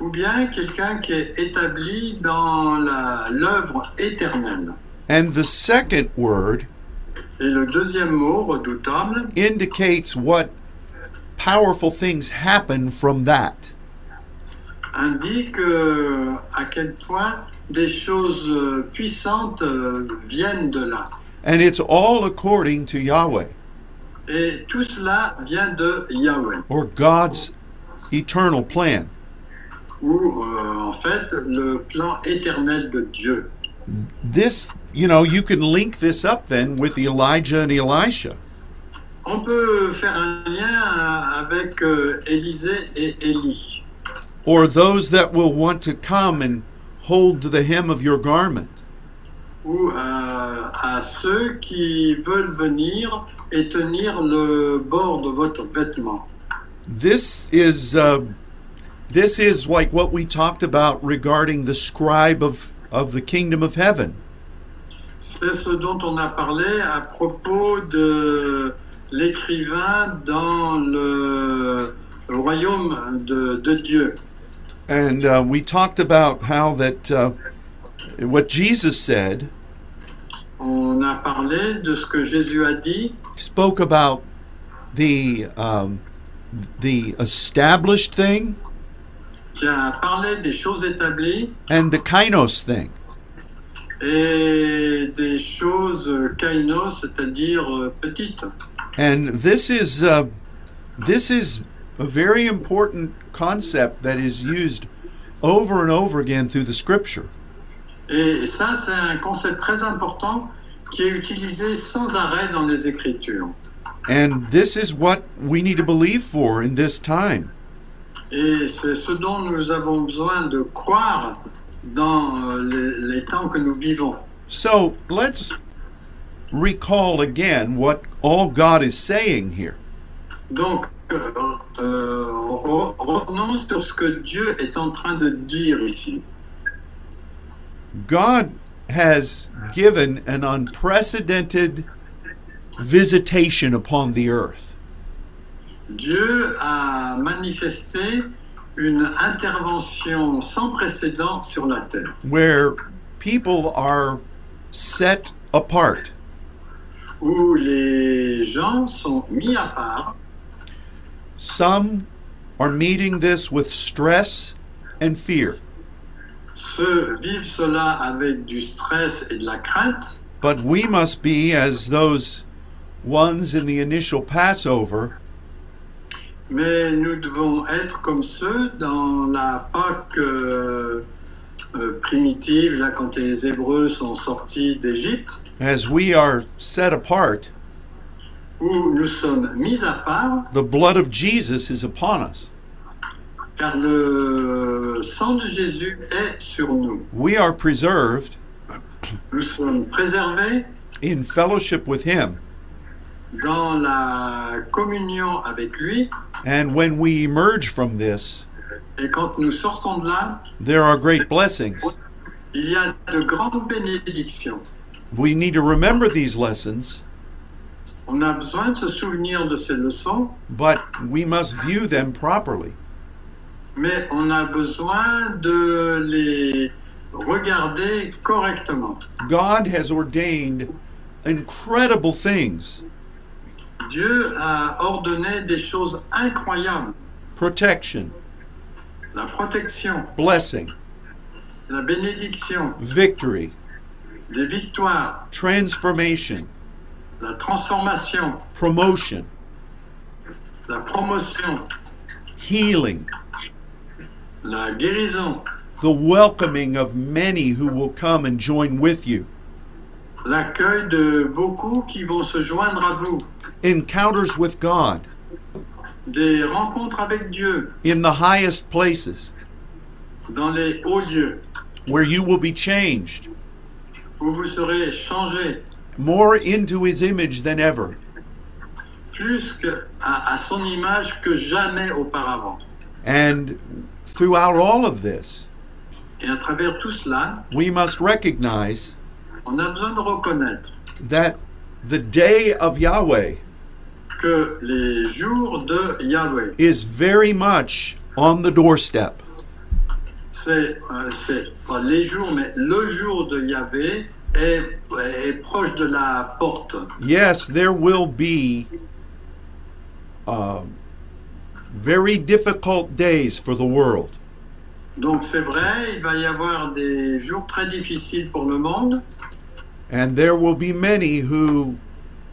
S2: ou bien quelqu'un qui est établi dans la- l'œuvre éternelle.
S1: And the second word
S2: Et le deuxième mot, redoutable,
S1: indicates what powerful things happen from that.
S2: indique euh, à quel point des choses euh, puissantes euh, viennent de là.
S1: And it's all according to Yahweh
S2: Et tout cela vient de Yahweh,
S1: or God's eternal plan.
S2: ou euh, en fait le plan éternel de Dieu.
S1: This, you know, you can link this up then with Elijah and Elisha.
S2: On peut faire un lien euh, avec euh, Élisée et Élie,
S1: or those that will want to come and hold to the hem of your garment.
S2: ou euh, à ceux qui veulent venir et tenir le bord de votre vêtement.
S1: This is uh, this is like what we talked about regarding the scribe of of the kingdom of heaven.
S2: C'est ce dont on a parlé à propos de l'écrivain dans le royaume de- de Dieu.
S1: And uh, we talked about how that uh, what Jesus said
S2: On a parlé de ce que Jésus a dit
S1: spoke about the um, the established thing
S2: qui a parlé des choses établies
S1: and the kainos thing.
S2: et des choses euh, kainos, c'est-à-dire euh, petites.
S1: And this is uh, this is a very important concept that is used over and over again through the scripture.
S2: Et ça, c'est un concept très important qui est utilisé sans arrêt dans les Écritures.
S1: And this is what we need to believe for in this time.
S2: Et c'est ce dont nous avons besoin de croire dans euh, les, les temps que nous vivons.
S1: So let's recall again what all God is saying here.
S2: Donc, euh, euh, re- revenons sur ce que Dieu est en train de dire ici.
S1: God has given an unprecedented visitation upon the earth.
S2: Dieu a manifesté une intervention sans précédent sur la terre,
S1: where people are set apart.
S2: où les gens sont mis à part.
S1: Some are meeting this with stress and fear,
S2: Ceux vivent cela avec du stress et de la crainte,
S1: but we must be as those ones in the initial Passover
S2: mais nous devons être comme ceux dans la Pâque euh, euh, primitive, là quand les Hébreux sont sortis d'Égypte,
S1: as we are set apart.
S2: où nous sommes mis à part
S1: The blood of Jesus is upon us.
S2: car le sang de Jésus est sur nous.
S1: We are preserved
S2: Nous sommes préservés
S1: in fellowship with him,
S2: dans la communion avec lui
S1: and when we emerge from this,
S2: et quand nous sortons de là,
S1: there are great blessings.
S2: il y a de grandes bénédictions.
S1: We need to remember these lessons
S2: On a besoin de se souvenir de ces leçons,
S1: but we must view them properly.
S2: mais on a besoin de les regarder correctement.
S1: God has ordained incredible things
S2: Dieu a ordonné des choses incroyables,
S1: protection,
S2: la protection,
S1: blessing,
S2: la bénédiction,
S1: victory,
S2: des victoires,
S1: transformation,
S2: la transformation,
S1: promotion,
S2: la promotion,
S1: healing,
S2: la guérison,
S1: the welcoming of many who will come and join with you,
S2: l'accueil de beaucoup qui vont se joindre à vous,
S1: encounters with God
S2: des rencontres avec Dieu
S1: in the highest places
S2: dans les hauts lieux
S1: where you will be changed
S2: où vous serez changé
S1: more into his image than ever.
S2: plus que à, à son image que jamais auparavant.
S1: And throughout all of this,
S2: Et à travers tout cela,
S1: we must recognize
S2: on a besoin de reconnaître
S1: that the day of Yahweh
S2: que les jours de Yahweh,
S1: is very much on the doorstep.
S2: c'est euh, c'est pas les jours, mais le jour de Yahweh est, est proche de la porte.
S1: Yes, there will be uh, very difficult days for the world,
S2: Donc c'est vrai, il va y avoir des jours très difficiles pour le monde.
S1: and there will be many who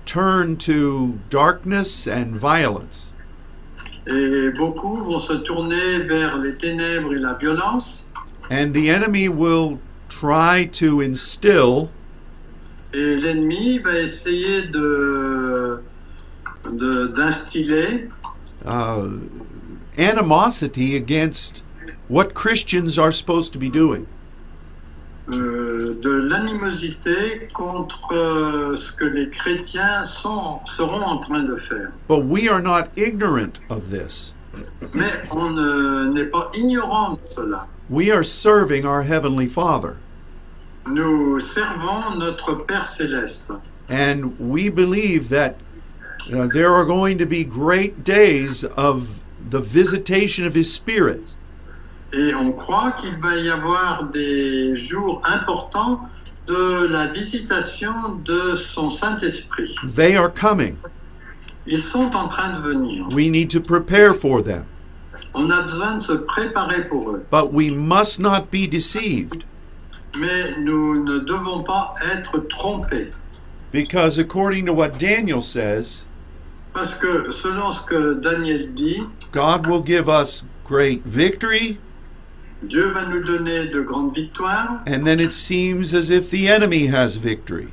S1: turn to darkness and violence.
S2: Et beaucoup vont se tourner vers les ténèbres et la violence.
S1: And the enemy will try to instill
S2: Et l'ennemi va essayer de de- d'instiller
S1: uh, animosity against what Christians are supposed to be doing.
S2: euh, de l'animosité contre euh, ce que les chrétiens sont, seront en train de faire.
S1: But we are not ignorant of this.
S2: Mais on ne- n'est pas ignorant de cela.
S1: We are serving our Heavenly Father,
S2: Nous servons notre Père céleste.
S1: and we believe that uh, there are going to be great days of the visitation of His Spirit.
S2: Et on croit qu'il va y avoir des jours importants de la visitation de son Saint-Esprit.
S1: They are coming.
S2: Ils sont en train de venir.
S1: We need to prepare for them,
S2: On a besoin de se préparer pour eux.
S1: but we must not be deceived
S2: Mais nous ne devons pas être trompés.
S1: because, according to what Daniel says,
S2: Parce que selon ce que Daniel dit,
S1: God will give us great victory,
S2: Dieu va nous donner de grandes victoires
S1: and then it seems as if the enemy has victory.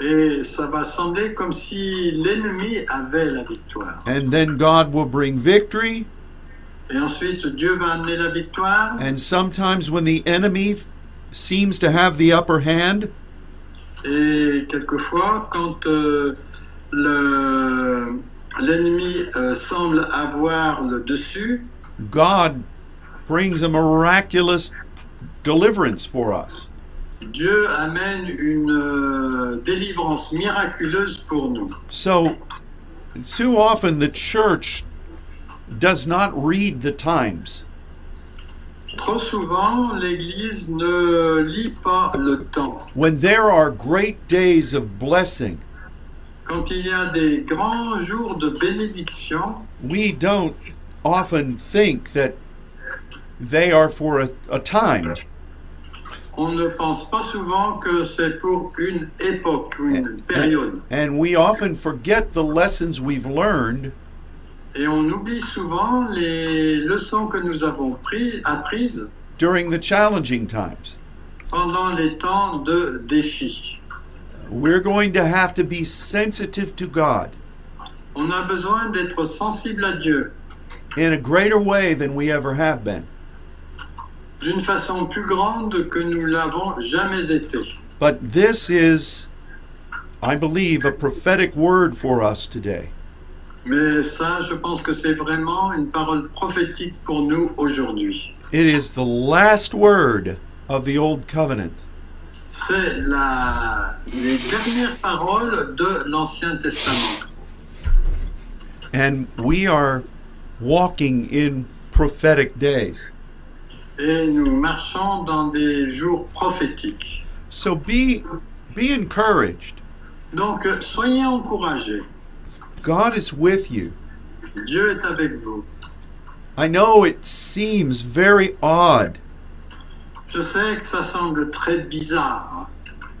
S2: Et ça va sembler comme si l'ennemi avait la victoire.
S1: And then God will bring victory.
S2: Et ensuite, Dieu va amener la victoire.
S1: And sometimes when the enemy seems to have the upper hand,
S2: Et quelquefois, quand euh, le- l'ennemi euh, semble avoir le dessus,
S1: God brings a miraculous deliverance for us.
S2: Dieu amène une euh, délivrance miraculeuse pour nous.
S1: So, too often the church does not read the times.
S2: Trop souvent, l'Église ne lit pas le temps.
S1: When there are great days of blessing,
S2: Quand il y a des grands jours de bénédiction,
S1: we don't often think that they are for a, a time.
S2: on ne pense pas souvent que c'est pour une époque, une période.
S1: And we often forget the lessons we've learned
S2: Et on oublie souvent les leçons que nous avons pris- apprises
S1: during the challenging times.
S2: pendant les temps de défi.
S1: We're going to have to be sensitive to God
S2: On a besoin d'être sensible à Dieu
S1: in a greater way than we ever have been.
S2: d'une façon plus grande que nous l'avons jamais été.
S1: But this is, I believe, a prophetic word for us today.
S2: Mais ça, je pense que c'est vraiment une parole prophétique pour nous aujourd'hui.
S1: It is the last word of the Old Covenant.
S2: C'est la- les dernières paroles de l'Ancien Testament.
S1: And we are walking in prophetic days.
S2: Et nous marchons dans des jours prophétiques.
S1: So be, be encouraged.
S2: Donc, soyez encouragés.
S1: God is with you.
S2: Dieu est avec vous.
S1: I know it seems very odd
S2: Je sais que ça semble très bizarre. hein.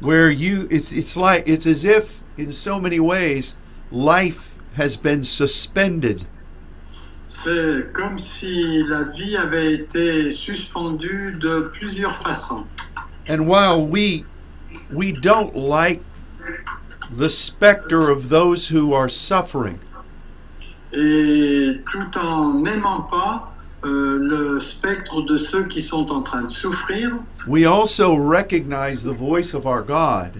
S1: where you it's, it's like it's as if in so many ways life has been suspended
S2: C'est comme si la vie avait été suspendue de plusieurs façons.
S1: and while we we don't like the specter of those who are suffering
S2: Et tout en n'aimant pas euh, le spectre de ceux qui sont en train de souffrir,
S1: we also recognize the voice of our god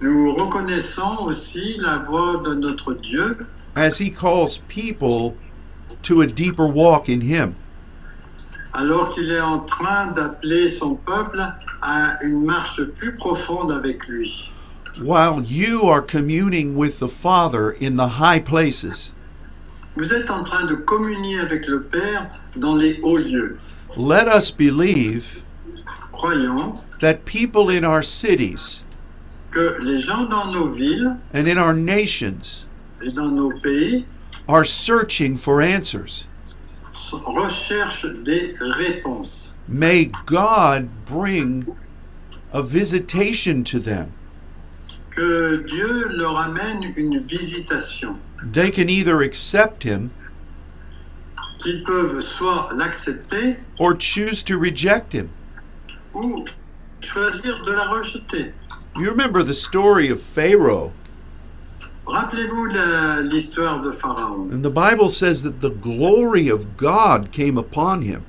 S2: nous reconnaissons aussi la voix de notre Dieu
S1: as he calls people to a deeper walk in him
S2: alors qu'il est en train d'appeler son peuple à une marche plus profonde avec lui.
S1: while you are communing with the father in the high places
S2: Vous êtes en train de communier avec le Père dans les hauts lieux.
S1: let us believe
S2: Croyons
S1: that people in our cities
S2: que les gens dans nos villes
S1: and in our nations
S2: et dans nos pays
S1: are searching for answers.
S2: recherchent des réponses.
S1: May God bring a visitation to them.
S2: Que Dieu leur amène une visitation,
S1: They can either accept Him
S2: qu'ils peuvent soit l'accepter
S1: or choose to reject Him.
S2: ou choisir de la rejeter.
S1: You remember the story of Pharaoh,
S2: Rappelez-vous la- l'histoire de Pharaon.
S1: and the Bible says that the glory of God came upon him.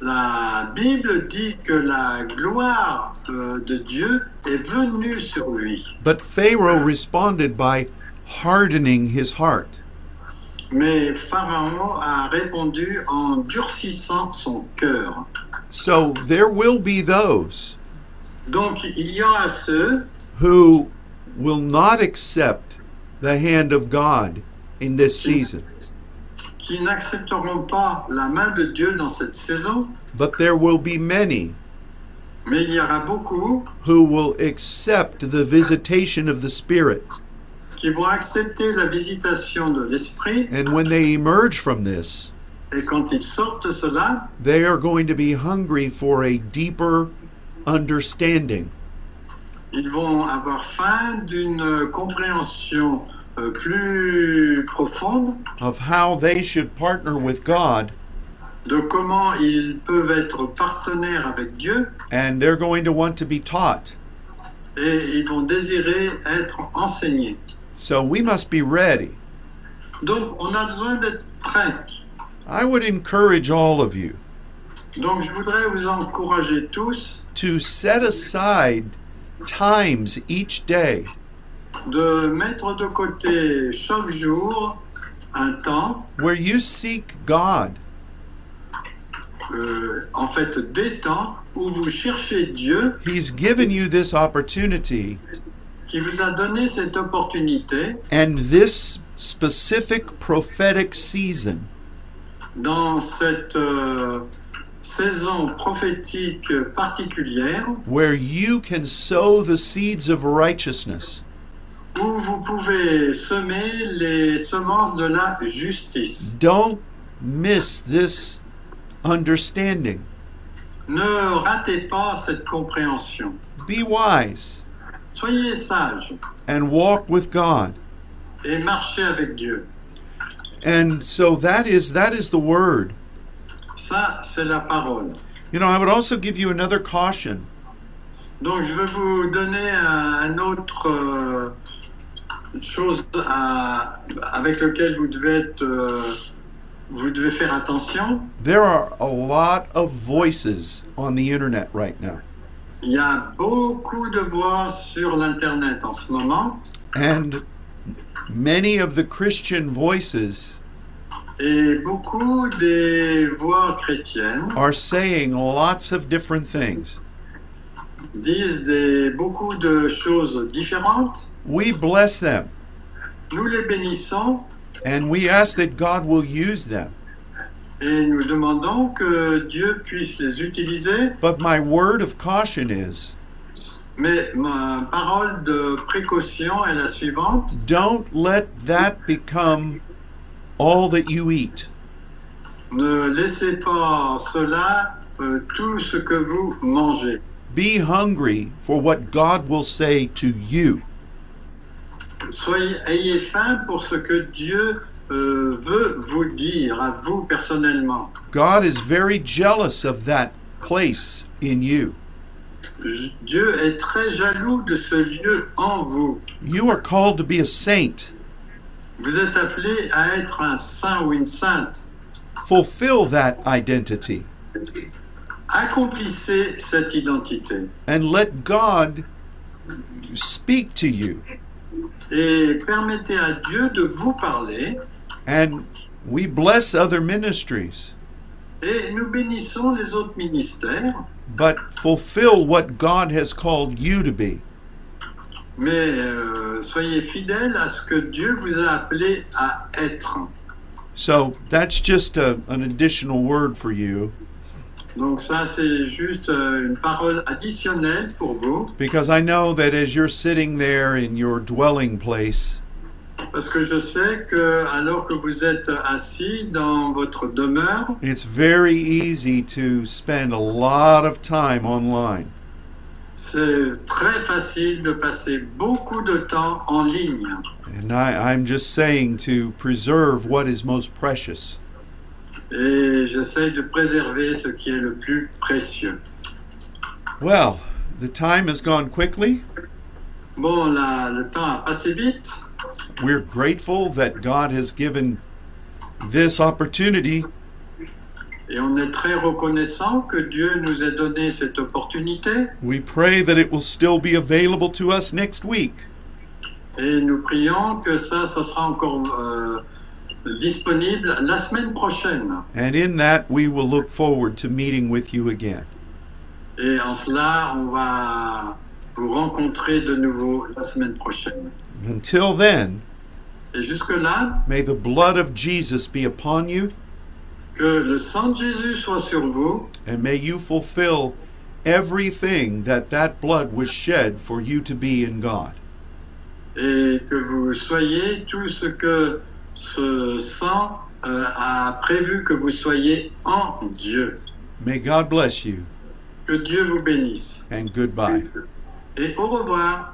S2: La Bible dit que la gloire euh, de Dieu est venue sur lui.
S1: But Pharaoh responded by hardening his heart.
S2: Mais Pharaon a répondu en durcissant son cœur.
S1: So there will be those
S2: Donc il y aura ceux
S1: who will not accept the hand of God in this season.
S2: qui n'accepteront pas la main de Dieu dans cette saison,
S1: But there will be many
S2: mais il y aura beaucoup
S1: who will accept the visitation of the Spirit.
S2: qui vont accepter la visitation de l'Esprit
S1: And when they emerge from this,
S2: et quand ils sortent de cela,
S1: they are going to be hungry for a deeper understanding.
S2: ils vont avoir faim d'une compréhension euh, plus profonde
S1: Of how they should partner with God,
S2: de comment ils peuvent être partenaires avec Dieu
S1: and they're going to want to be taught.
S2: et ils vont désirer être enseignés.
S1: So we must be ready.
S2: Donc, on a besoin d'être prêt.
S1: I would encourage all of you
S2: Donc, je voudrais vous encourager tous
S1: to set aside times each day
S2: de mettre de côté chaque jour un temps,
S1: where you seek God.
S2: euh, en fait des temps, où vous cherchez Dieu
S1: He's given you this opportunity,
S2: qui vous a donné cette opportunité
S1: and this specific prophetic season
S2: dans cette euh, saison prophétique particulière
S1: where you can sow the seeds of righteousness.
S2: où vous pouvez semer les semences de la justice.
S1: Don't miss this understanding.
S2: Ne ratez pas cette compréhension.
S1: Be wise
S2: Soyez sages
S1: and walk with God.
S2: et marchez avec Dieu.
S1: And so that is that is the word.
S2: Ça, c'est la parole.
S1: You know, I would also give you another caution.
S2: Donc, je vais vous donner un, un autre euh, chose à- avec lequel vous devez être, euh, vous devez faire attention.
S1: There are a lot of voices on the internet right now.
S2: Il y a beaucoup de voix sur l'internet en ce moment,
S1: And many of the Christian voices
S2: et beaucoup des voix chrétiennes
S1: are saying lots of different things.
S2: disent des, beaucoup de choses différentes.
S1: We bless them
S2: Nous les bénissons
S1: and we ask that God will use them.
S2: et nous demandons que Dieu puisse les utiliser.
S1: But my word of caution is
S2: Mais ma parole de précaution est la suivante.
S1: don't let that become all that you eat.
S2: Ne laissez pas cela euh, tout ce que vous mangez.
S1: Be hungry for what God will say to you.
S2: Soyez, ayez faim pour ce que Dieu euh, veut vous dire à vous personnellement.
S1: God is very jealous of that place in you.
S2: J- Dieu est très jaloux de ce lieu en vous.
S1: You are called to be a saint.
S2: Vous êtes appelé à être un saint ou une sainte.
S1: Fulfill that identity.
S2: Accomplissez cette identité
S1: and let God speak to you.
S2: et permettez à Dieu de vous parler.
S1: And we bless other ministries,
S2: Et nous bénissons les autres ministères.
S1: but fulfill what God has called you to be.
S2: Mais euh, soyez fidèles à ce que Dieu vous a appelé à être.
S1: So that's just a, an additional word for you
S2: Donc ça, c'est juste euh, une parole additionnelle pour vous,
S1: because I know that as you're sitting there in your dwelling place,
S2: parce que je sais que alors que vous êtes assis dans votre demeure,
S1: it's very easy to spend a lot of time online.
S2: c'est très facile de passer beaucoup de temps en ligne.
S1: And I, I'm just saying to preserve what is most precious.
S2: Et j'essaie de préserver ce qui est le plus précieux.
S1: Well, the time has gone quickly.
S2: Bon, là, le temps a passé vite.
S1: We're grateful that God has given this opportunity,
S2: Et on est très reconnaissant que Dieu nous ait donné cette opportunité.
S1: we pray that it will still be available to us next week.
S2: Et nous prions que ça, ça sera encore euh, disponible la semaine prochaine.
S1: And in that, we will look forward to meeting with you again.
S2: Et en cela, on va vous rencontrer de nouveau la semaine prochaine.
S1: Until then,
S2: Et jusque-là,
S1: may the blood of Jesus be upon you,
S2: que le sang de Jésus soit sur vous
S1: and may you fulfill everything that that blood was shed for you to be in God.
S2: et que vous soyez tout ce que ce sang euh, a prévu que vous soyez en Dieu.
S1: May God bless you,
S2: Que Dieu vous bénisse.
S1: and goodbye.
S2: Et au revoir.